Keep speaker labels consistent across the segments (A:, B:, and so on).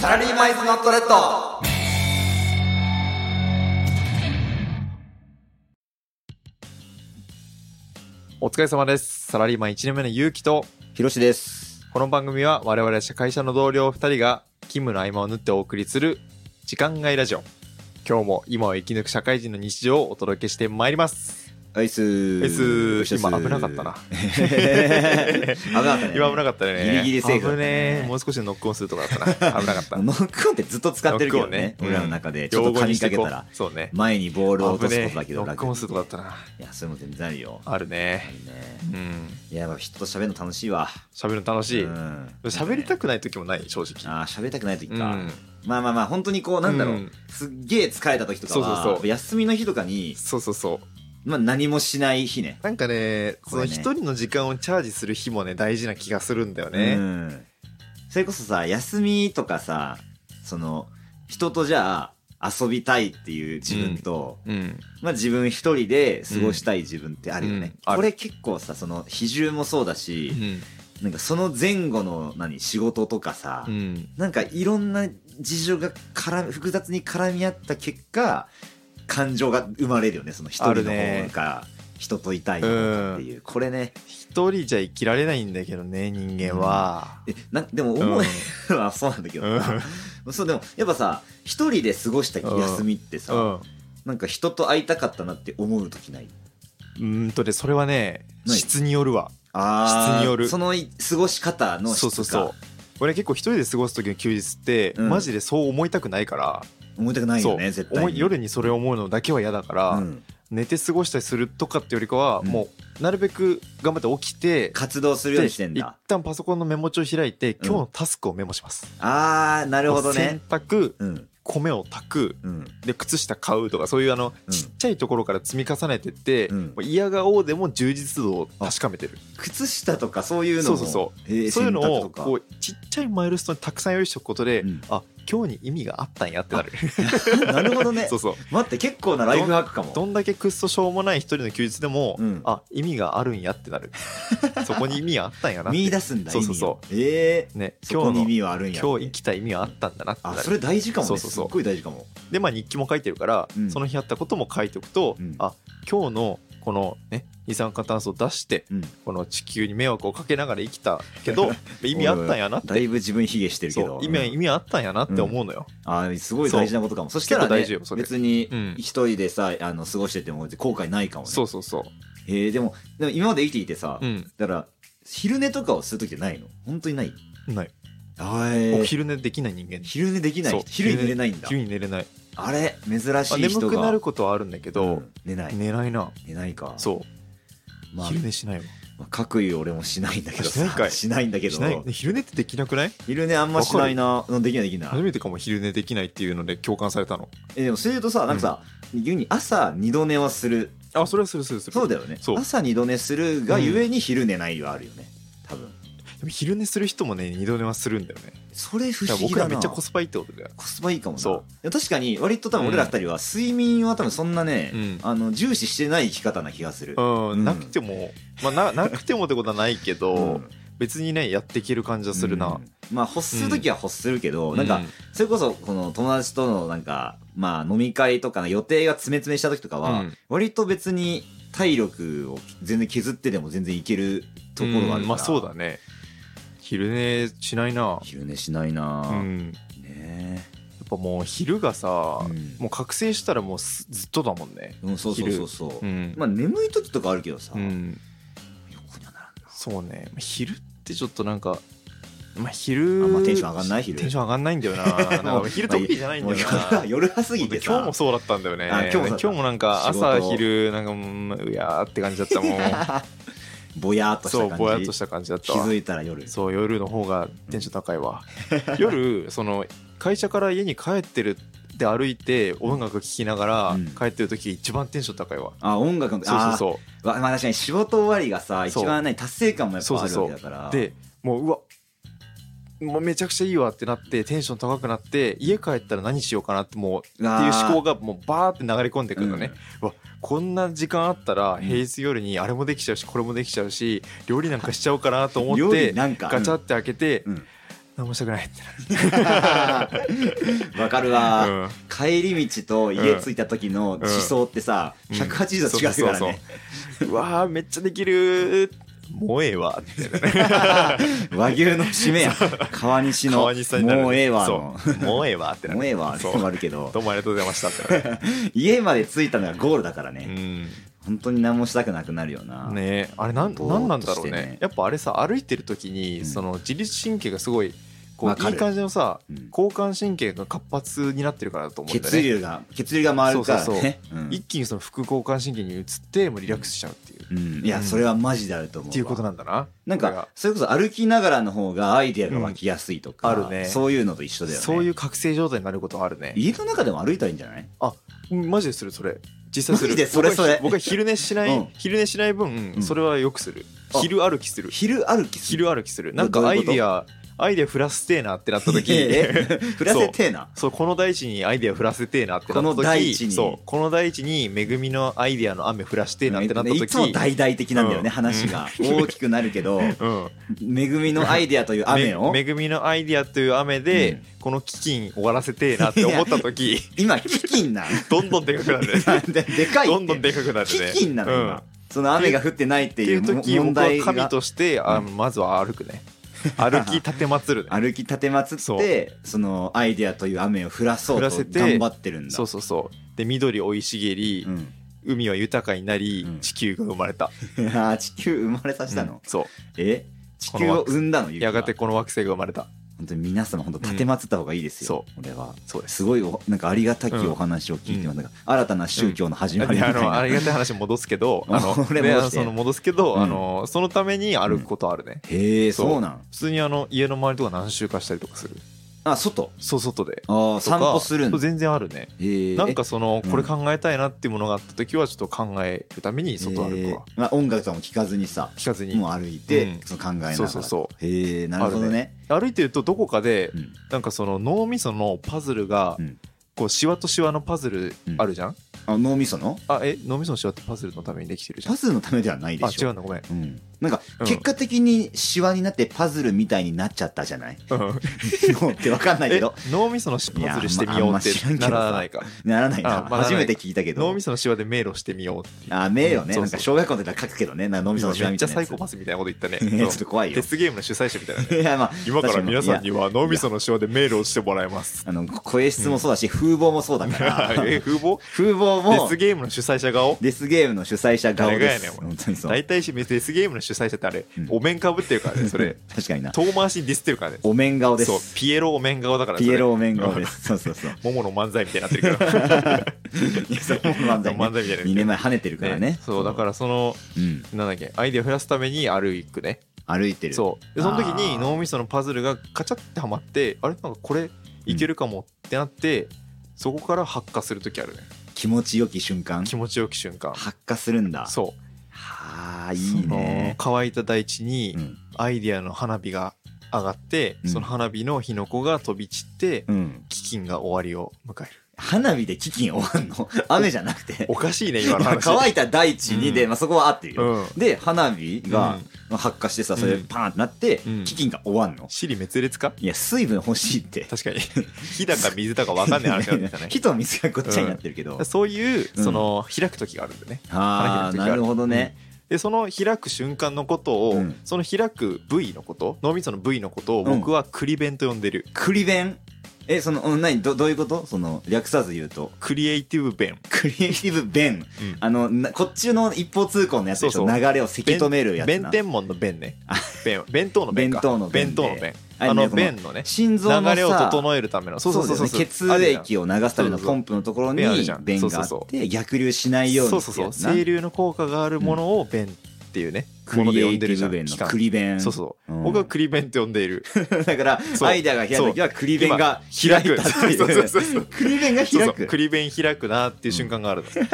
A: サラリーマイズノットレッド
B: お疲れ様です。サラリーマン1年目のゆうきと、
A: ひろしです
B: この番組は我々社会者の同僚2人が勤務の合間を縫ってお送りする時間外ラジオ。今日も今を生き抜く社会人の日常をお届けしてまいります。
A: アイス
B: え
A: ー
B: ーす今危なかったな。
A: 危なかったね
B: 今危なかったね。
A: ギリギリセーフだった
B: 危
A: ね
B: ねえもう少しでノックオンするとこだったな。危なかった。
A: ノックオンってずっと使ってるけどね
B: ノックオンね
A: 俺らの中 でちょっと噛みかけたら
B: そうね。
A: 前にボールを落と
B: 危
A: すこ
B: ねえ。
A: と
B: ノ
A: だけど
B: ッ
A: 楽
B: クオンするとこだったな。
A: いやそういうの全然あるよ
B: ある
A: あ
B: ね。
A: るね
B: うん。
A: いややっぱ人と喋るの楽しいわ
B: 喋るの楽しい。喋りた
A: く
B: くない時もない、正直。
A: あー喋りたくない時か、
B: うん
A: まあまあまあ本当にこうなんだろう、
B: うん
A: すっげえ疲れた時とかは
B: そうそうそう
A: 休みの日とかに、
B: そうそうそう。
A: まあ、何もしない日ね
B: なんかね、そ
A: こ
B: の
A: れね
B: 一人の時間をチャージする日もね、大事な気がするんだよね。
A: うん、それこそさ休みとかさその人とじゃあ遊びたいっていう自分と、
B: うん。
A: まあ、自分一人で過ごしたい自分ってあるよね、
B: うんある
A: これ結構さその比重もそうだし、なんかその前後の何仕事とかさ、
B: うん。
A: なんかいろんな事情が絡み複雑に絡み合った結果感情が生まれるよねその一
B: あ
A: 人
B: る
A: の
B: ね
A: 方が人といたいのかっていうこれね
B: 一人じゃ生きられないんだけどね、人間は。
A: えなでも
B: う
A: 思えばそうなんだけ
B: ん。
A: ど
B: うん。
A: な、そうでもやっぱさ一人で過ごした休みってさ、
B: うん
A: なんか人と会いたかったなって思う時ないう
B: ーんとね、それはね、
A: ない
B: 質によるわ。
A: あー
B: 質による
A: そのい過ごし方の質
B: そう
A: か
B: そうそう。俺結構一人で過ごす時の休日って、
A: うん
B: マジでそう思いたくないから、
A: 思いたくない
B: そ
A: よ
B: う
A: ね絶対
B: 思
A: に
B: い夜にそれ思うのだけは嫌だから、
A: うん
B: 寝て過ごしたりするとかってよりかは、
A: うん
B: もうなるべく頑張って起きて
A: 活動するようにしてん
B: で
A: だ
B: 一旦パソコンのメモ帳開いて
A: ん
B: 今日のタスクをメモします、
A: あーなるほどね
B: 洗濯
A: うん
B: 米を炊く
A: うん
B: で靴下買うとかそういうあの、
A: うん
B: ちっちゃいところから積み重ねてって、
A: うん
B: もう嫌がおうでも充実度を確かめてる
A: 靴下とかそういうのも
B: そうそう
A: そう
B: そういうのを
A: か
B: こうちっちゃいマイルストーンにたくさん用意しておくことで、
A: うん
B: あ今日に意味があったんやってなる
A: なるほど ね
B: そうそう
A: 待って結構なライフハックかも
B: どんだけくっそしょうもない一人の休日でも、
A: うん
B: あ意味があるんやってな るそこに意味があったんやなって
A: 見出すんだ
B: そうそうそ
A: 意味をえ
B: ね
A: ー、
B: 今
A: そこ
B: 日
A: に
B: の
A: 意味はあるんや
B: 今日生きた意味はあったんだなってな
A: あ
B: る
A: それ大事かもね
B: そうそうそう
A: すっごい大事かも
B: でまあ日記も書いてるから、
A: うん
B: その日あったことも書いておくと、
A: うん
B: あ今日のこのね二酸化炭素を出して
A: うん
B: この地球に迷惑をかけながら生きたけ ど意味あったんやなって
A: だいぶ自分卑下してるけ
B: そ
A: ど
B: う意味は
A: うん
B: 意味あったんやなって思うのよ、
A: あーすごい大事なことかもそしたら、
B: 結構
A: ね
B: 大事よそ、れ
A: 別に
B: うん
A: 一人でさあの過ごしてても後悔ないかもね
B: そうそうそう
A: えーでもでも今まで生きていてさ、
B: うん
A: だから昼寝とかをする時ってないの本当にない
B: ない、
A: あ
B: お
A: ー
B: 昼寝できない人間
A: 昼寝できない
B: そう
A: 人昼に寝れないんだ
B: 昼に寝れない
A: あれ珍し
B: あ
A: い人
B: 眠
A: が
B: くなることはあるんだけど、
A: うん寝ない
B: 寝ないな
A: 寝ないか
B: そう、
A: まあ
B: 昼寝しないわ
A: まあ各有俺もしないんだけど
B: しないか
A: さ
B: い
A: しないんだけど
B: しない昼寝ってできなくない
A: 昼寝あんましないなうんできないできな
B: 初
A: い
B: めてかも昼寝できないっていうので共感されたの
A: えでもそれ言うとさなんかさ急に朝二度寝はする
B: あそれはするするする
A: そうだよね
B: そう
A: 朝二度寝するがゆえに昼寝ないはあるよね多分
B: でも昼寝する人もね二度寝はするんだよね
A: それ不
B: だ
A: 思
B: から僕
A: 議だ
B: らめ
A: な
B: っちゃコスパいいってことだよ
A: コスパいいかもな
B: そう
A: いや確かに割と多分俺ら二人は睡眠は多分そんなね
B: うん
A: あの重視してない生き方な気がする
B: うんん、なくても、まあ、ななくてもってことはないけど、
A: うん
B: 別にねやっていける感じはするな、
A: うんまあ欲する時は欲するけどなんかそれこそ、この友達とのなんか、まあ飲み会とかの予定が詰め詰めした時とかは、
B: うん
A: 割と別に体力を全然削ってでも全然いけるところがあるから。
B: うんまあそうだね昼寝しないな
A: 昼寝しないな
B: う
A: ぁ、
B: んや
A: ね
B: っぱもう昼がさ、
A: うん
B: もう覚醒したらもうすずっとだもんね
A: え。うん、そうそうそうそう。
B: うん、
A: まあ眠い時とかあるけどさ、
B: うん、
A: 横にはならんな。
B: そうね昼ってちょっとなんかまあ昼
A: あんまテンション上がんない昼
B: テンション上がんないん だよななんか俺昼得意じゃないんだよ
A: もう夜
B: な
A: は 夜は過ぎてさ。
B: 今日もそうだったんだよね
A: あ今日もそうだった
B: 今日もなんか
A: 仕事
B: 朝昼なんかうんうやーって感じだった もん
A: ぼやーっとした
B: そう
A: 感じ。
B: ぼやっとした感じだった
A: 気
B: わ
A: づいたら夜。
B: そう夜の方がテンション高い わ夜その会社から家に帰ってるで歩いて音楽聴きながら
A: うん
B: 帰ってる時一番テンション高いわ、
A: あ、音楽の、
B: そうそう
A: う
B: そ
A: そう。わまあ確かに仕事終わりがさ、
B: そう
A: 一番ね、達成感もやっぱあるわけだか
B: う
A: ら。
B: でもううわもうめちゃくちゃいいわってなってテンション高くなって家帰ったら何しようかなってもうって
A: うわー、
B: いう思考がもうバーって流れ込んでくるのね、こんな時間あったら
A: ん
B: 平日夜にあれもできちゃうしこれもできちゃうし料理なんかしちゃおうかなと
A: うん。
B: 思っ
A: 料理
B: て
A: なんか
B: ガチャって開けて
A: うん
B: 何もしたくないって
A: わかる
B: な
A: わ、
B: る、うん
A: 帰り道と家着いた時の思想ってさ、
B: うん
A: 180度違うからね、
B: うわーめっちゃできるもうええわみたいなね
A: 和牛の締めや川西の
B: 川西さんになる
A: もうええわの
B: そうもうええわってなる
A: もうええわって
B: そ
A: のもあ
B: う
A: るけど
B: どうもありがとうございましたってなる
A: 家まで着いたのがゴールだから
B: う
A: ね、
B: ん
A: 本当に何もしたくなくなるよな、
B: ねえあれなん
A: ぼーっと
B: なんなんだろうね
A: してね
B: やっぱあれさ歩いてる時に、
A: うん
B: その自律神経がすごいこ
A: わ
B: う
A: か
B: いい
A: る
B: 感じのさ
A: うん
B: 交感神経が活発になってるからだと思うんだ
A: 血
B: よね
A: 流が血流が回るからねうん
B: 一気にその副交感神経に移ってもうリラックスしちゃうっていう、
A: うんいやそれはマジであると思うわ
B: っていうことなんだな
A: なん
B: これが
A: かそれこそ歩きながらの方がアイデアが湧きやすいとか、
B: うんあるね
A: そういうのと一緒だよね
B: そういう覚醒状態になることはあるね
A: 家の中でも歩いたらいいんじゃない
B: うんマジでするそれ実際する
A: マジでそれ
B: 僕は
A: それ
B: 僕は昼寝しない、
A: うん
B: 昼寝しない分、
A: うん
B: それはよくする
A: あ
B: 昼歩きする
A: 昼歩きする
B: 昼歩きするなん
A: ど
B: か
A: う
B: ア
A: い
B: イ
A: うこと
B: ディアアイディア振らせてえなってなった時
A: え え振らせてえな
B: そうこの大地にアイディア振らせてえなってなった時
A: この大地に
B: そうこの大地に恵みのアイディアの雨降らせてえなってなった時
A: いつも大々的なんだよね、
B: うん
A: 話が
B: うん
A: 大きくなる けど
B: うん、
A: 恵みのアイデアという雨を
B: め恵みのアイディアという雨で、
A: うん
B: この基金終わらせてえなって思った時
A: 今飢饉な
B: ど んどんでかくなるね
A: ででかいって
B: どんどんでかくなるね
A: 飢饉なの
B: う
A: 今、
B: ん
A: その雨が降ってないっ
B: っててい
A: いう
B: う
A: も
B: 時
A: 問
B: 僕は
A: 題
B: 神
A: が
B: としてあ
A: うん
B: まずは歩く ね歩き立てまつるね
A: 歩き立てまつ
B: そ
A: ってそのアイデアという雨を降らそう
B: 降
A: と
B: らせて
A: 頑張ってるんだ
B: そうそうそうで緑生い茂り
A: う、ん、
B: 海は豊かになり、
A: うん
B: 地球が生まれた
A: あー地球生まれさせたの、
B: うんそう
A: え地球を生んだの
B: やがてこの惑星が生まれた
A: 本当に皆様本当立てまつった方がいいですよ、俺は
B: そうです
A: すごいおなんかありがたきお話を聞いてます、
B: うん
A: なんか新たな宗教の始まりみ
B: で
A: た
B: あ
A: いな、
B: のありがたい話戻すけど あの
A: 俺
B: で
A: 戻
B: あ
A: し
B: の
A: て
B: その戻すけど、
A: うん
B: あのそのために歩くことあるね、
A: へえ
B: そう
A: そうなん
B: 普通にあの家の周りとか何周かしたりとかする
A: あ外
B: そう外で
A: あー
B: とか
A: 散歩するん
B: そう
A: だ
B: 全然あるね
A: へえ
B: なんかその
A: うん
B: これ考えたいなっていうものがあった時はちょっと考えるために外歩くわ、
A: えーまあ、音楽とかも聞かずにさ
B: 聞かずに
A: もう歩いて、
B: うん
A: その考えながら
B: そうそうそう
A: へえなるほどね
B: 歩いてるとどこかで
A: うん
B: なんかその脳みそのパズルが、
A: うん
B: こうシワとシワのパズルあるじゃん、
A: あ脳みその
B: あえ脳みそのシワってパズルのためにできてるじゃん
A: パズルのためではないで
B: あ
A: し
B: 違
A: ょ
B: うんだごめん、
A: う、ん、なんか
B: うん
A: 結果的にシワになってパズルみたいになっちゃったじ ゃない脳ってわかんないけ
B: え
A: ど
B: 脳みそのパズルしてみようってならないか
A: ならないな
B: あまあ
A: 初めて聞いたけど
B: 脳みそのシワで迷路してみようっていう
A: あ名よね、
B: うん
A: なんか小学校の時から書くけどねなんか脳みそのシワ
B: めっ
A: み
B: ち
A: た
B: ゃサ
A: いなや
B: イ
A: つ
B: コパスみたいなこと言 ったね
A: いやちょっ
B: そ
A: と怖
B: う
A: い
B: デ
A: よ
B: スゲームの主催者みたいな ね
A: いやまあ
B: 今から皆さん
A: いや
B: には脳みそのシワで迷路をしてもらいます
A: あの声質もそうだし、風貌もそうだか
B: え
A: ら
B: 風貌
A: 風貌
B: デ
A: も
B: スゲームの主催者顔
A: デスゲームの主催者顔で
B: 誰が
A: す
B: やねんお前
A: 本当にそう
B: 大体しデスゲームの主催者ってあれ、
A: うん
B: お面かぶってるからねそれ
A: 確かにな
B: 遠回しにディスってるからね
A: お面顔で
B: そう
A: す
B: ピエロお面顔だから
A: ピエロ
B: お
A: お面顔ですそうそうそう
B: 桃の漫才みたいになってる から
A: いやそう漫才、ね、
B: 漫才みたいな
A: 2年前跳ねてるからね、
B: そうだかららその
A: うん、
B: なんだっけアイデアを増やすために歩くね
A: 歩いてる
B: そうでその時に
A: あー
B: 脳みそのパズルがカチャってはまってあれなんかこれいけるかもってなって、そこから発火する時あるね
A: 気持ちよき瞬間
B: 気持ちよき瞬間
A: 発火するんだ
B: そ
A: はあ
B: う
A: いいね
B: その乾いた大地に
A: うん
B: アイデアの花火が上がって、
A: うん
B: その花火の火の粉が飛び散って、
A: うん
B: 飢饉が終わりを迎える
A: 花火で飢饉終わんの雨じゃなくて
B: おかしいね今の
A: まあ
B: 話
A: 乾いた大地にで、
B: うん
A: まあ、そこは合ってるよ、
B: うん
A: で花火が発火してさそれ
B: うん
A: パーンってなって
B: うん
A: 飢饉が終わんの
B: 尻滅裂か
A: いや水分欲しいって
B: 確かに 火だか水だか分かんない話なんですよね
A: 火と水がごっちゃになってるけど、
B: そういう
A: うん
B: その開く時があるんだよね花火の
A: ああ
B: 時がある
A: なるほどね、
B: でその開く瞬間のことを、
A: うん
B: その開く部位のこと脳みその部位のことを僕はクリベンと呼んでる、
A: クリベンえそのうん何どどういうことその略さず言うと
B: クリエイティブ弁、
A: クリエイティブ弁あのなこっちの一方通行のやつでし
B: そ
A: ょ
B: うそう
A: 流れをせき止めるやつ
B: 弁
A: な
B: 天門の弁ね弁弁当の弁か
A: 弁当の弁
B: 弁
A: で
B: 当の弁
A: あ
B: あの
A: のね
B: 弁のね
A: 心臓のさ
B: 流れを整えるためのそ
A: そう
B: う
A: そ
B: そううそ
A: そ
B: うう
A: そう
B: そう
A: 血液を流すためのポンプのところに
B: あるじゃん
A: 弁があ
B: そう
A: っ
B: そ
A: て逆流しないように
B: そう
A: っ
B: そ
A: て
B: うそ
A: や
B: う
A: つな
B: 清流の効果があるものを弁っていうね、
A: ク
B: もの
A: リ
B: で
A: エ
B: 呼ん
A: イテ
B: でる
A: ィ
B: じゃ
A: ブ
B: ん
A: 弁の
B: 期間
A: クリ弁
B: そうそう、
A: うん
B: 僕はクリ弁って呼んでいる
A: だから
B: そう
A: アイデアが開いた時はクリ弁が
B: 今
A: 開いたって
B: 開く
A: い
B: そう
A: う
B: そうそうそう
A: クリ弁が
B: そう
A: 開
B: そう
A: く
B: クリ弁開くなっていう瞬間があるの、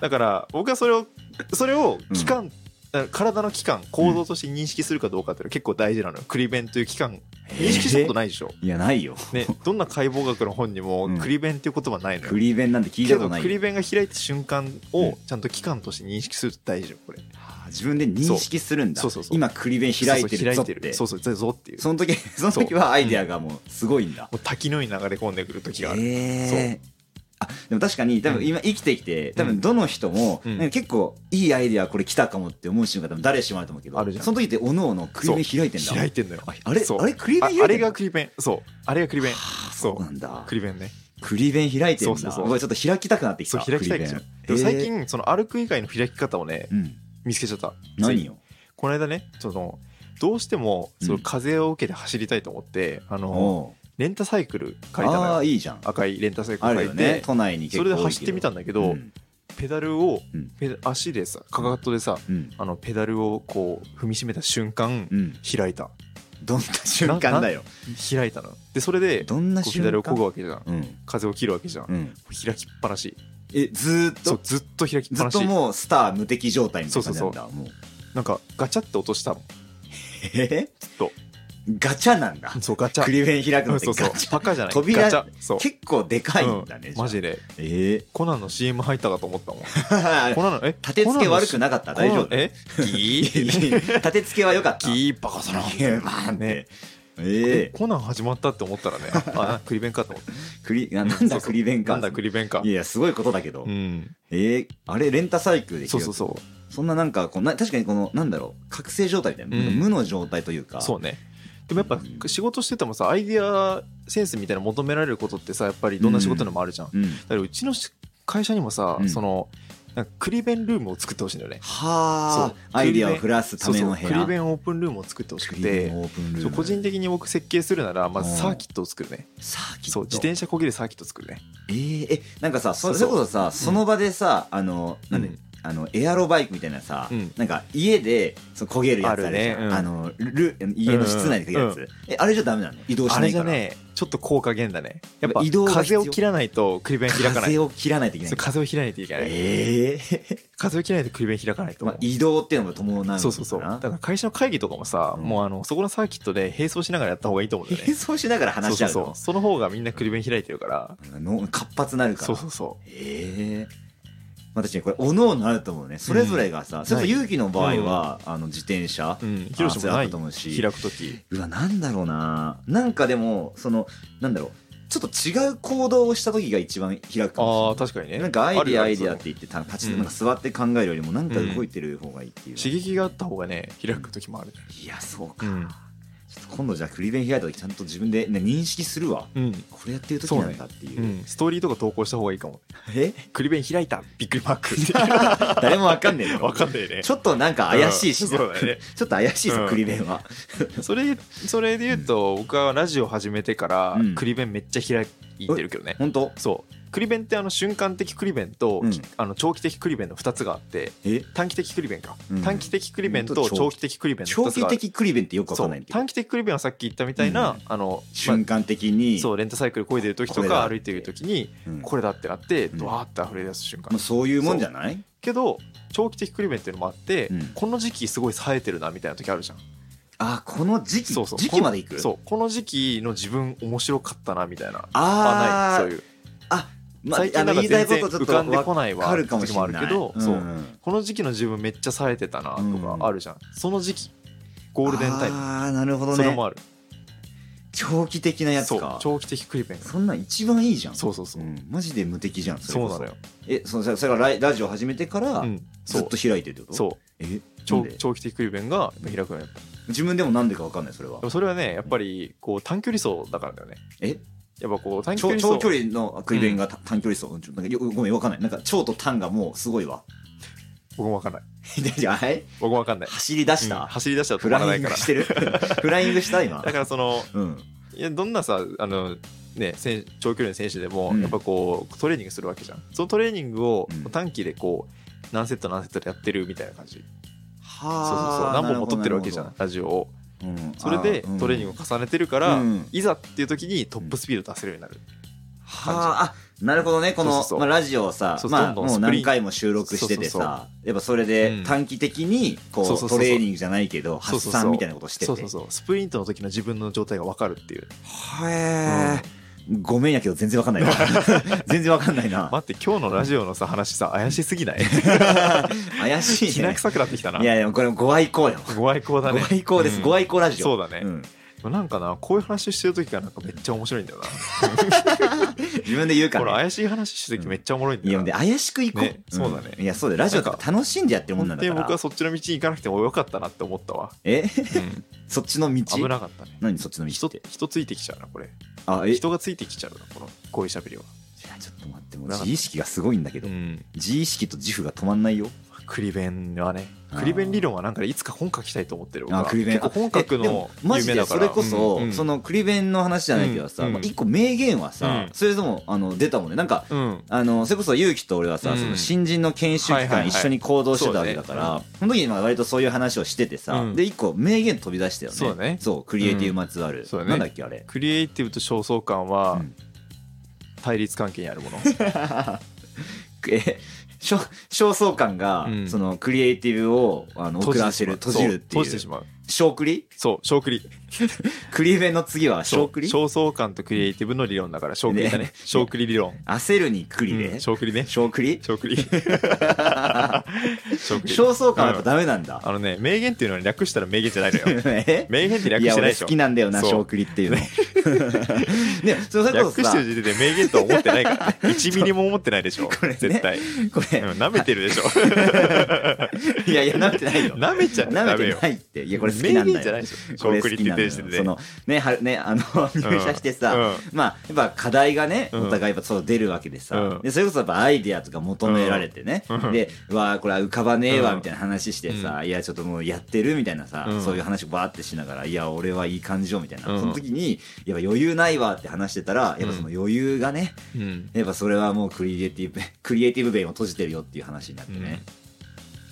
B: だから僕はそれをそれを期間あ体の器官構造として認識するかどうかっていうのは結構大事なのよクリベンという器官認識したことないでしょ、
A: いや、ないよ。
B: ね、どんな解剖学の本にも
A: うん
B: クリベンっていう言葉ないのよ、
A: クリベンなんて聞いた
B: け
A: こと
B: ど
A: ない
B: ク
A: よ
B: リベンが開いた瞬間をちゃんと器官として認識すると大事よこれ
A: あー自分で認識するんだ。
B: そうそうそうそう
A: 今、クリベン開いて
B: そうそう
A: るぞっ
B: 開いて
A: て。
B: るそうそうそうぞっていう
A: その時、その時はアイデアがもうすごいんだ。
B: もう滝のように流れ込んでくる時がある、
A: ええあでも確かに多分今生きてきて多分どの人も、
B: うん
A: なんか結構いいアイデアこれ来たかもって思う瞬間多分誰しもあると思うけど
B: あるじゃん
A: その時っておのおのクリベン開いてんだ
B: 開いてんのよ
A: ああれ
B: そう
A: あれクリベン
B: あ
A: 開いてんだ
B: あれがクリベンそうあれがクリベン
A: そう
B: そ
A: なんだ
B: うクリベンね
A: クリベン開いてん
B: そ
A: だ
B: うそうそう
A: 僕はちょっと開きたくなってき
B: そ
A: た
B: う開きたいでしょでも最、近その歩く以外の開き方をね
A: クリベンえーうん、
B: 見つけちゃった
A: 何よ
B: この間ねそのどうしてもその風を受けて走りたいと思って、あの
A: おう
B: レンタサイクル借りた
A: あ
B: の
A: あ
B: よ
A: いいじゃん
B: 赤いレンタサイク
A: あ
B: ル
A: る
B: 借
A: よ
B: り
A: ね
B: て、
A: 都内に結
B: そ
A: 構
B: れで走ってみたんだけど、
A: うん
B: ペダルを
A: うん
B: ペダ足でさかかとでさ
A: うん
B: あのペダルをこう踏みしめた瞬間
A: うん
B: 開いた
A: どんな瞬間だよ
B: 開いたのでそれでこ
A: どんな
B: うペダ
A: 瞬
B: ルを漕ぐ
A: 間
B: わけじゃん
A: うん
B: 風を切るわけじゃん
A: うん
B: 開きっぱなし
A: えずーっ
B: そ
A: と
B: うずっと開きっ
A: ず
B: ぱ
A: っ
B: なし
A: ともうスター無敵状態みたいな感じなんだもう
B: なんかガチャって落としたの
A: え
B: ずっと
A: ガチャなんだ
B: そうガチャ
A: クリベン開く
B: う
A: の
B: ん
A: って
B: そ
A: ガ
B: う
A: チ
B: そう
A: ャ
B: バカじゃない
A: 扉
B: ガチャそう
A: 結構でかいんだね、
B: うんマジで
A: ええ
B: コナンの CM 入ったかと思ったもん
A: ー、
B: コナンのえ
A: 立て付け悪くなかった
B: コナン
A: 大
B: の
A: 丈夫
B: えギー
A: 立て付けは良かった
B: ギーバカだな
A: ギーバーンって、
B: ねえ
A: ええ
B: コナン始まったって思ったらねあクリベンかと思った
A: クリななんだクリベンか
B: なんだクリベンか
A: いやいやすごいことだけど、
B: うん
A: ええあれレンタサイクルでき
B: そ
A: る
B: うそうそう
A: そんななんかこうな確かにこのなんだろう覚醒状態みたいな、
B: うん
A: 無の状態というか
B: そうねでもやっぱ
A: うん
B: 仕事しててもさアイデアセンスみたいなの求められることってさやっぱりどんな仕事でもあるじゃん、だ
A: う、ん、
B: からうちのし会社にもさ、
A: うん
B: そのなんかクリベンルームを作ってほしいんだよねそう
A: はあアイディアを増らすための部
B: そう
A: 屋
B: そうクリベンオープンルームを作ってほしくて
A: オープンルー
B: そう
A: ム
B: 個人的に僕設計するならまずサーキットを作るね
A: サーキット
B: そう自転車こぎでサーキット作るね
A: えーえなんかさそ
B: そうそう
A: それこそさその場でさ、あのなんで、
B: うん
A: あのエアロバイクみたいなさ、
B: うん
A: なんか家でその焦げるやつあるじゃん
B: あ
A: あ,、
B: るねうん
A: のル家の室内で焦げるやつ、
B: う
A: えあれじゃダメなの移動し
B: あ
A: な
B: れ
A: い
B: じ
A: か
B: ゃ
A: ら、
B: ねちょっと高加減だねやっぱ
A: 移動が必
B: 風
A: 要
B: を切らないとクリベン開かない
A: 風を切らないといけない
B: そう風を切らないといけない、
A: えー
B: 風を切らないとクリベン開かないと
A: まあ、移動っていうのも伴うのかな
B: そうそうそうだから会社の会議とかもさ、
A: うん
B: もうあのそこのサーキットで並走しながらやった方がいいと思うんだよ
A: 並
B: ね
A: 走しながら話し合うの
B: そうそうそうその方がみんなクリベン開いてるから
A: の活発になるから
B: そうそうそ
A: ええまあ、確かにこれおのおのあると思うねそれぞれがさ、それこそ勇気の場合は、あの自転車、
B: ううん広
A: そ
B: 島も
A: れあ
B: な
A: る
B: い
A: と思うし
B: 開く時
A: うわ、なんだろうななんかでも、その、なんだろう。ちょっと違う行動をした時が一番開くか
B: あ
A: も
B: あ確かに
A: しれな
B: ね
A: い。なんかアイディアアイディ
B: あ
A: アっ
B: る
A: て言ってた立ち
B: う
A: て
B: ん
A: なんか座って考えるよりもなんか動いてる方がいいっていう、
B: 刺激があった方がね開く時もあるね
A: いやそうか、
B: うん
A: ちょっと今度じゃあクリベン開いた時ちゃんと自分で、ね、認識するわ
B: うん、
A: これやってる時なんだっていう
B: うん、ストーリーとか投稿した方がいいか も
A: え
B: クリベン開いたびっくりマーク
A: 誰もわかんねえ
B: わ
A: よ
B: かんないね
A: ちょっとなんか怪しい
B: う
A: し、
B: んそうだね
A: ちょっと怪しいぞ、
B: うん
A: クリベンは
B: それそれで言うと、僕はラジオ始めてから、
A: うん
B: クリベンめっちゃ開いてるけどね
A: 本当
B: そうクリベンってあの瞬間的クリベンと、
A: うん
B: きあの長期的クリベンの2つがあって
A: え
B: 短期的クリベンか、
A: うん
B: 短期的クリベンと
A: ほんと
B: 長
A: 長
B: 期的クリベンの
A: 長
B: 2つ
A: 期
B: がある
A: 的クリベンってよくわ
B: そ
A: かんないうんだけど
B: 短期的クリベンはさっき言ったみたいな、
A: うん
B: あのま
A: 瞬間的に、
B: あそうレンタサイクル漕いでる時と
A: これだ
B: か
A: って
B: 歩いてる時に
A: うん
B: これだってなって
A: うん
B: ドワーって溢れ出す瞬間、
A: まあ、そういうもんじゃない
B: けど長期的クリベンっていうのもあって、
A: うん
B: この時期すごい冴えてるなみたいな時あるじゃん
A: あこの時期
B: そうそう
A: 時期まで行く
B: そうこの時期の自分面白かったなみたいな
A: あ
B: あ
A: あ
B: ないそういう
A: まあ、
B: 最近
A: あ
B: なん
A: の
B: か
A: 言いた
B: 全
A: いこ
B: 然
A: とちょ
B: 浮か
A: っ
B: んで
A: と
B: こない
A: わ
B: わ
A: かるかもしれない
B: 時もあるけど、そうんこの時期の自分めっちゃ冴えてたなとかあるじゃん、その時期ゴールデンタイム
A: ああなるほど
B: それ
A: ね
B: もある
A: 長期的なやつ
B: そう
A: かそ
B: 長期的クリベン
A: んなん一番いいじゃん
B: そうそうそう、
A: んマジで無敵じゃんれ
B: そう
A: こ
B: なのよ、
A: えそのそれがララジオ始めてから、
B: うん、そ
A: ずっ
B: う
A: と開いてるってこと
B: そう
A: えなん
B: 長
A: で
B: 長期的クリベンが開くようになった
A: 自分でもなんでかわかんないそれは
B: でもそれはねやっぱりこう短距離走だからだよね
A: え
B: やっぱこう短距
A: 長
B: 離
A: 長
B: 走
A: 距離のクイベンがた短距離走、うんちょなんかよごめんわかんないなんか長と短がもうすごいわ
B: 僕もわかんない
A: じゃああれ
B: 僕もわかんない
A: 走り出し
B: うん
A: た、
B: 走り出したら
A: フ
B: 止まら
A: ラ
B: な
A: イン
B: い
A: グ
B: から
A: してるフライングした今
B: だからその
A: うん
B: いやどんなさあの、ね、選手長距離の選手でも、
A: うん
B: やっぱこうトレーニングするわけじゃんそのトレーニングを
A: うん
B: 短期でこう何セット何セットでやってるみたいな感じ、そうそうそう
A: はあ
B: 何本も撮ってるわけじゃんラジオを
A: うん
B: それで
A: あーうん
B: トレーニングを重ねてるから、
A: うん
B: いざっていう時にトップスピード出せるようになる
A: はああなるほどね、この
B: そうそうそう
A: まあ、ラジオをさ
B: そう
A: ま
B: ど
A: あ、
B: んどん
A: もう
B: スプリン
A: 何回も収録しててさ
B: そうそうそ
A: やっぱそれ
B: う
A: で
B: ん
A: 短期的にこう
B: そうそうそうそう
A: トレーニングじゃないけど
B: そう
A: 発
B: そうそう
A: 散みたいなことしてて
B: そうそうそうスプリントの時の自分の状態が分かるっていう
A: へえ、ごめんやけど全然わかんない わ全然わかんないな
B: 待って今日のラジオのさ話さ怪しすぎない
A: 怪しい
B: きな
A: ね
B: 臭くなってきたない
A: やいやこれもご愛好よ、
B: ご愛好だ
A: ご
B: ね
A: 愛好です、
B: うん
A: ご愛好ラジオ
B: そうだね、
A: うん、
B: なんかなこういう話してる時がなんかめっちゃ面白いんだよな
A: 自分で言うか
B: これ
A: ら、ね、
B: 怪しい話してる時めっちゃおもろいんだ
A: いや
B: よ
A: で
B: な、
A: 怪しく行こう、
B: ねそうだね
A: んいやそうだよラジオとか楽しんでやってるもんなん
B: 本当
A: だ
B: に
A: から
B: 僕はそっちの道に行かなくてもよかったなって思ったわ、
A: え
B: うん
A: そっちの道
B: 危なかったね
A: 何そっちの道
B: 人
A: って
B: 人ついてきちゃうなこれ
A: あえ
B: 人がついてきちゃうなこのこういう喋りは、
A: いやちょっと待ってもう自意識がすごいんだけど、
B: ん、
A: 自意識と自負が止まんないよ
B: クリベンはね
A: あー
B: クリベン理論はなんかいつか本書きたいと思ってる僕は
A: あクリベ
B: 結
A: ン
B: 構本書く
A: えでも
B: の
A: マ
B: 有
A: ジ
B: 名
A: で
B: だか
A: そ
B: ら
A: れこそ、
B: うんうん
A: そのクリベンの話じゃないけどさ、
B: うん
A: まあ、一個名言はさ、
B: うん
A: それともあの出たもんねなんか
B: うん
A: あのそれこそ勇気と俺はさ、
B: うん
A: その新人の研修
B: は
A: 期
B: いはいは
A: 間
B: い
A: 一緒に行動してたわけだから、
B: そうだ
A: その時にまあ割とそういう話をしててさ、
B: うん
A: で一個名言飛び出したよね
B: そうだね
A: そうクリエイティブまつわる、
B: んそうだね
A: なんだっけあれ
B: クリエイティブと焦燥感
A: う
B: は
A: ん
B: 対立関係にある もの
A: え焦焦燥感が、
B: うん
A: そのクリエイティブをあの遅らせる閉じるって
B: そ
A: い
B: う閉じてしまう
A: 小クリ
B: そう小クリ
A: クリベンの次は
B: そう
A: 小クリ
B: 焦燥感とクリエイティブの理論だから小クリだね
A: ね
B: 小クリ理論
A: 焦るにクリで、
B: うん小クリね
A: 小クリ
B: 小 クリ小クリ
A: 焦燥感はやっぱダメなんだ、
B: あのね名言っていうのは略したら名言じゃないのよ
A: え
B: 名言って略
A: い
B: し
A: や
B: てない
A: 俺
B: でし
A: 好
B: ょ
A: きなんだよな
B: そう
A: 小クリっていう のでそれこそ
B: 略し
A: さ
B: てる時点で名言とは思ってない からね1ミリも思ってないでしょ
A: これね
B: 絶対
A: これ、
B: うん舐めてるでしょ
A: いやいや、なめてない よ。
B: 舐めちゃ
A: な
B: ダメ
A: めて
B: よ
A: ないって。いや、これ好き
B: 名
A: なん
B: 言じゃ
A: だ
B: ない
A: よ
B: で。しょ
A: こ
B: 小
A: れ
B: ク
A: 好
B: リっ
A: き
B: て
A: な
B: 言
A: ん
B: っ
A: だ
B: て
A: よ
B: る時点
A: そ
B: で
A: のねはる ねあの 入社してさ、
B: うん
A: まあやっぱ課題がね、
B: うん
A: お互いやっぱそう出るわけでさ、
B: うん
A: でそれこそやっぱアイディアとか求められてね、
B: うん
A: でうわあこれは浮かばねえわ
B: うん
A: みたいな話してさ、いやちょっともうやってるみたいなさ、
B: うん
A: そういう話をバーってしながらいや俺はいい感じよみたいな、
B: うん
A: その時にやっぱ余裕ないわって話してたらやっぱその余裕がね
B: うん
A: やっぱそれはもうクリエイティブ クリエイティブ弁を閉じてるよっていう話になってね、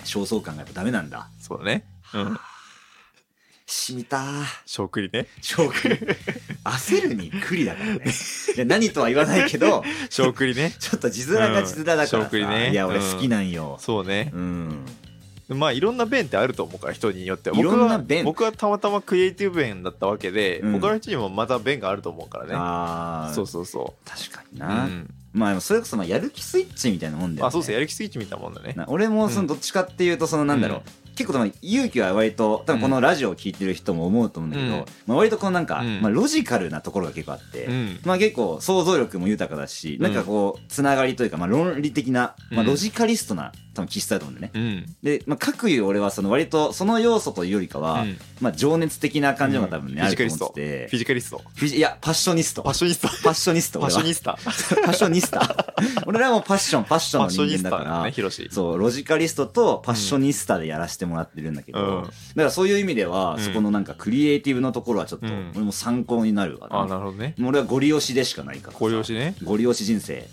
A: 焦燥感がやっぱダメなんだ
B: そうだねうん
A: しみたー
B: 小クリね
A: 翔くん 焦るに栗だからねいや何とは言わないけど
B: 小クリ ね
A: ちょっと字面が字面だから
B: うん翔
A: さ、
B: くんね
A: いや俺好きなんよ
B: そうね
A: うん、
B: まあいろんな弁ってあると思うから人によってはい僕
A: ろんな
B: は
A: 弁
B: 僕はたまたまクリエイティブ弁だったわけで、
A: うん
B: 他の人にもまた弁があると思うからね
A: ああ
B: そうそうそ
A: 確かに
B: う、う
A: な、
B: ん、
A: まあでもそれこそまあやる気スイッチみたいなもんだよ、ね、
B: あそうそうやる気スイッチみたいなもんだね
A: な俺もそのどっちかっていうとそのなんだろう、
B: うん
A: 結構でも勇気は割と多分このラジオを聞いてる人も思うと思うんだけど、
B: うん
A: まあ、割とこのなんか、
B: うん
A: まあ、ロジカルなところが結構あって、
B: うん
A: まあ結構想像力も豊かだし、
B: うん
A: なんかこうつながりというか、まあ、論理的な、まあ、
B: うん
A: ロジカリストな多分気質だと思うんだよね。
B: うん
A: で、まあ、各言う俺はその割とその要素というよりかは、
B: うん
A: まあ、情熱的な感じの方が多分ね、
B: うん
A: あると思っ
B: フ
A: て
B: ィ
A: て
B: ジカリスト
A: フィジいやパッショニスト
B: パッショニスタ
A: パッショニスト
B: パッ
A: 俺
B: ショ ニス
A: は
B: タ
A: パッショニスタ俺らもパッションパッション
B: パ
A: の
B: ッショニ
A: 人
B: ス
A: 間
B: タ
A: だから
B: ねヒロシ
A: そう、ロジカリストとパッショニスタでやらせてもらってるんだけど、
B: うん
A: だからそういう意味では、
B: うん
A: そこのなんかクリエイティブのところはちょっと、
B: うん
A: 俺も参考になるわ
B: あ
A: な、
B: なるほどね
A: もう俺はゴリ押しでしかないから。
B: ご利用。しね
A: ゴリ押し人生。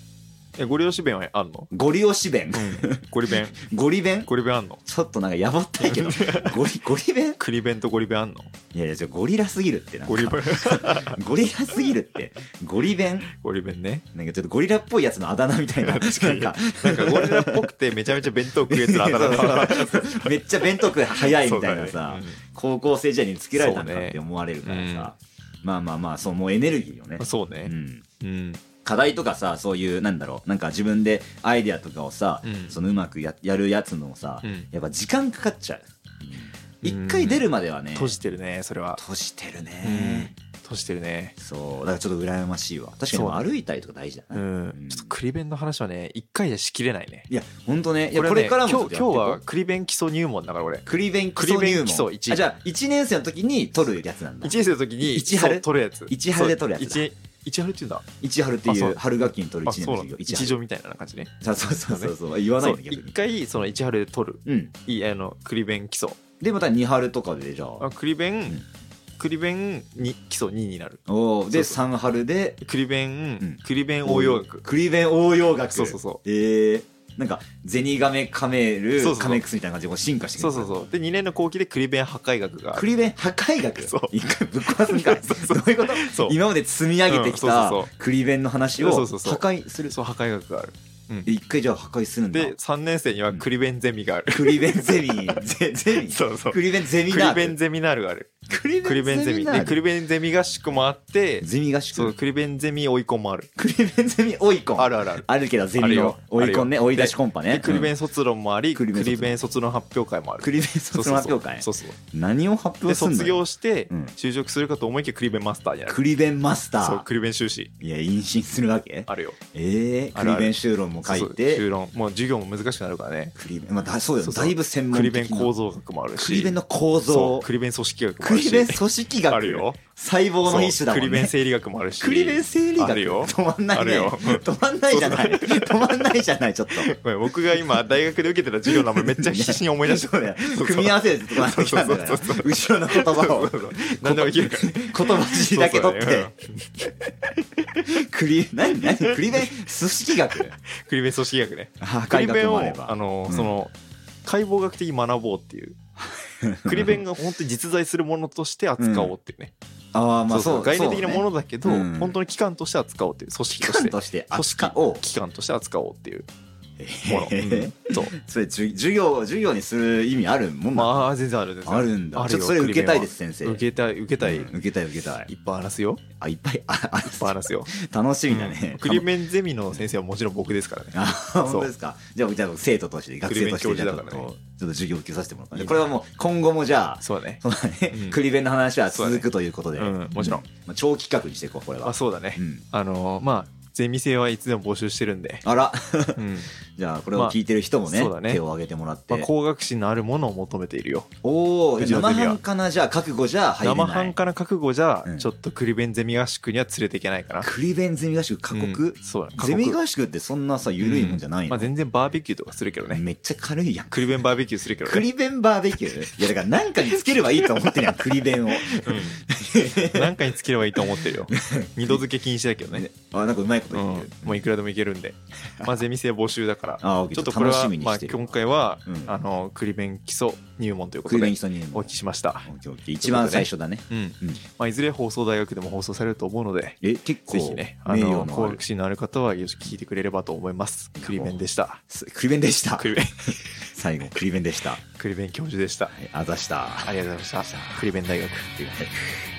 B: えご利用し弁はあんの
A: ゴリ押し弁。
B: ゴリ弁
A: ゴリ弁
B: ゴリ弁あんの
A: ちょっとなんかやぼったい けど、ゴリ、ゴリ弁
B: クリ弁とゴリ弁あんの
A: いやいや、ちょゴリラすぎるってなんか
B: ゴリ弁
A: ゴリラすぎるって。ゴリ弁
B: ゴリ弁ね
A: なんかちょっとゴリラっぽいやつのあだ名みたいな。
B: 確かに
A: なんか
B: なんかゴリラっぽくてめちゃめちゃ弁当食うやつらあだ名だ
A: そうそうめっちゃ弁当食う早いみたいな
B: そうだ
A: さ、
B: ね
A: 高校生時代につけられたんだっ
B: そう
A: て
B: ね
A: 思われるからさ、まあまあまあそうもうエネルギーよね
B: うん、そう
A: う
B: ね
A: ん、
B: うん
A: 課題とかさそういうなんだろうなんか自分でアイデアとかをさ、
B: うん
A: そのうまくややるやつのさ、
B: うん
A: やっぱ時間かかっちゃう一、
B: うん
A: 回出るまではね
B: 閉じてるねそれは
A: 閉じてるね、
B: 閉じてるね
A: そうだからちょっと羨ましいわ確かに
B: そう
A: 歩いたりとか大事だ
B: う
A: な、
B: んちょっとクリ弁の話はね一回じゃしきれないね
A: いやほんとねいや
B: はね
A: これからもちょ
B: 今日
A: っとやってい
B: 今日
A: こう
B: はクリ弁基礎入門だから俺
A: クリベン基礎
B: クリ
A: 入
B: ベン基礎
A: 門
B: 一
A: あじゃあ1年生の時に取るやつなんだ
B: 1年生の時に
A: 一春
B: そう取るやつ
A: 一春で取るやつだ
B: そう一一春っていうんだ
A: 一春って
B: あ
A: い
B: そうう
A: 春学期に取る
B: あ
A: 1年
B: そう
A: の
B: なん
A: 授業
B: だ
A: 一
B: 一
A: 春
B: 条みたいな感じね
A: そうそうそうそうそう言わない
B: そう
A: の逆
B: 一
A: に
B: 回その一春で取る
A: うん
B: いあのクリ弁基礎
A: でまた二春とかでじゃ
B: あ
A: あ
B: クリ
A: ん
B: 弁クリ弁に基礎2になる
A: おーで
B: そ
A: 三春で
B: クリ弁
A: ん
B: クリ弁応用学
A: クリベン応用学
B: そうそうそう
A: えーなんかゼニガメカメル
B: そうそうそう
A: カメックスみたいな感じでこう進化してく
B: そうそうそうで2年の後期でクリベン破壊学が
A: クリベン破壊学
B: そう
A: 一回ぶっ壊すんか い
B: そうそうそう
A: どういうこと
B: そう
A: 今まで積み上げてき
B: うん
A: た
B: そうそうそ
A: クリベンの話を
B: そ
A: 破
B: うそうそう
A: 壊する
B: そう破壊学がある
A: え一回じゃあ破壊するんだ
B: で3年生にはクリベンゼミがあ る、
A: クリベン ゼミゼゼミ
B: そうそう
A: クリベンゼミ
B: ク
A: ナ
B: リ
A: ー
B: ベ
A: ル
B: ンゼミナールがある
A: クリ
B: クリベンゼミ
A: ナー
B: で
A: ル
B: クリベンゼミ合宿もあって
A: ゼミ合宿
B: そうクリベンゼミ追い込みもある
A: クリベンゼミオイコン
B: あるあるある
A: あるけどゼ
B: あ
A: ミ
B: る
A: の
B: よ
A: 追い込んね
B: あるよ
A: 追い出しコンパね
B: でクリベ
A: ン
B: ン卒論もあり、
A: クリベ
B: ク
A: ン卒論
B: リベン卒の発表会もある
A: クリベン卒の発表会
B: そうそうそう
A: 何を発
B: で
A: 表すんの
B: 卒業して
A: うん
B: 就職するかと思いきやクリベンマスターになる
A: クリベンマスタ
B: そう
A: ー
B: クリベン修士
A: いや妊娠するわけ
B: あるよ
A: ええ
B: あ
A: ク
B: るある
A: リベン修論も
B: そ
A: 書
B: う
A: い
B: そう修
A: て
B: 論もう授業も難しくなるからね
A: クリベンまあだそうだ
B: そ
A: よ
B: うそう
A: だいぶ専門
B: クリ
A: 的
B: ベ
A: な
B: ン構造学もあるし
A: クリベンの構
B: そう
A: 造
B: クリベン組織学もあ
A: ク
B: るし
A: リベン組織学
B: あるよ
A: 細胞の一種だ
B: そうク
A: も
B: リ
A: ん
B: ベン
A: ね
B: 生理学もあるし
A: クリベン生理学
B: あるよ
A: 止まんない
B: ある
A: ね
B: よ
A: 止まんないじゃない止まんないじゃないちょっと
B: ごめん僕が今大学で受けてた授業の名前めっちゃ必死に思い出した
A: そうだよ組み合わせでちょっとなってきたんだから
B: そうそうそう
A: 後ろの言葉を
B: 何でもいけるから
A: 言葉尻だけ取っ
B: そうそう
A: て
B: ねうん
A: クリ何何クリベン組 織学
B: クリベン組織学ね
A: 破
B: クリ
A: 壊
B: ベ
A: 学
B: ン
A: も
B: を
A: あれ
B: あ
A: ば
B: の、
A: うん
B: その解剖学的に学ぼうって いうクリベンが本当に実在するものとして扱おうっていうね、
A: ああまあそう
B: 概念的なもの
A: の
B: だけど
A: そうねうん
B: 本当に機関として扱おうっていう組織とし
A: 感
B: て
A: として
B: 組
A: 扱
B: 織
A: おう
B: 機関として扱おうっていうもの、
A: へー
B: うん そう
A: それじゅ授業授業にする意味あるもんな
B: まあ全然ある全然
A: あるんだ
B: ある
A: ち
B: よ
A: ょっとそれ受けたいです先生
B: 受けたい受けたい、
A: うん受けたい受けたい
B: いっぱい話すよ
A: あいっぱいああ
B: いっぱい話すよ、
A: 楽しみだね
B: うん クリベンゼミの先生はもちろん僕ですからね
A: あ、本当ですか。じゃあ、じゃあ生徒として、学生として、
B: 栗
A: じ
B: 弁教授
A: ゃあ
B: だ
A: ちょっ
B: からね
A: と、ちょっと授業を受けさせてもらうか
B: い
A: ら
B: いね
A: これはもう、今後もじゃあ、
B: そうだね
A: そうだね
B: うん
A: クリベンの話は
B: そうだ
A: 続
B: ね
A: くということで、
B: うんもちろん
A: うまあ、長期企画にしていこう、これは。
B: あそうだね、
A: うん
B: あのーまあゼミ生はいつでも募集してるんで、
A: あら、
B: うん
A: じゃあ、これを聞いてる人もね、
B: まあそうだね
A: 手を挙げてもらって。
B: まあ、工学心のあるものを求めているよ
A: おお
B: 藤野ゼ
A: 生
B: ミは
A: 半可な、じゃあ、覚悟じゃ入れな
B: 生
A: い。
B: 半可な覚悟じゃ、
A: うん
B: ちょっとクリベンゼミ合宿には連れていけないかな
A: クリベンゼミ合宿過酷、
B: うんそうだね過
A: ゼ
B: 酷
A: ミ合宿ってそんなさ、緩いもんじゃない
B: ま
A: の、
B: あ、全然バーベキューとかするけどね
A: めっちゃ軽いやん。
B: クリベンバーベキューするけど
A: ク
B: ね
A: リベンバーベキューいや、だからなんかにつければいいと 思ってるやん、クリベンを。
B: 何かにつければいいと思ってる よ二度漬け禁止だけどね、
A: あ、なんかうまいこと
B: うん
A: 言ってる。、
B: もういくらでもいけるんで まあゼミ生募集だから
A: あー
B: ちょっとこれは、
A: 楽しみに
B: ま
A: し
B: あ、
A: てる
B: 今回は、
A: うん
B: あのクリベン基礎入門というこ
A: ク
B: と
A: リベ
B: で
A: ン基礎入
B: お
A: 門
B: 聞きしました、
A: オッケーオッケー一番最初だね
B: うん
A: うん
B: まあ、いずれ放送大学でも放送されると思うので
A: え結構
B: ぜひね、あ
A: 名
B: の、
A: 誉
B: 工
A: のある
B: 学心のある方は、よし、聞いてくれればと思います。クリベンでした。
A: す クリベンでした
B: クリベン、
A: 最後クリベンでした
B: クリベン教授でした。
A: はいあざした
B: ありがとうございました。クリベン大学っていうね。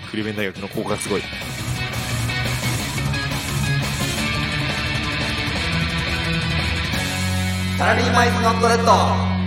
B: クリベン大学の効果がすごい。
A: サラリーマイズノットレッド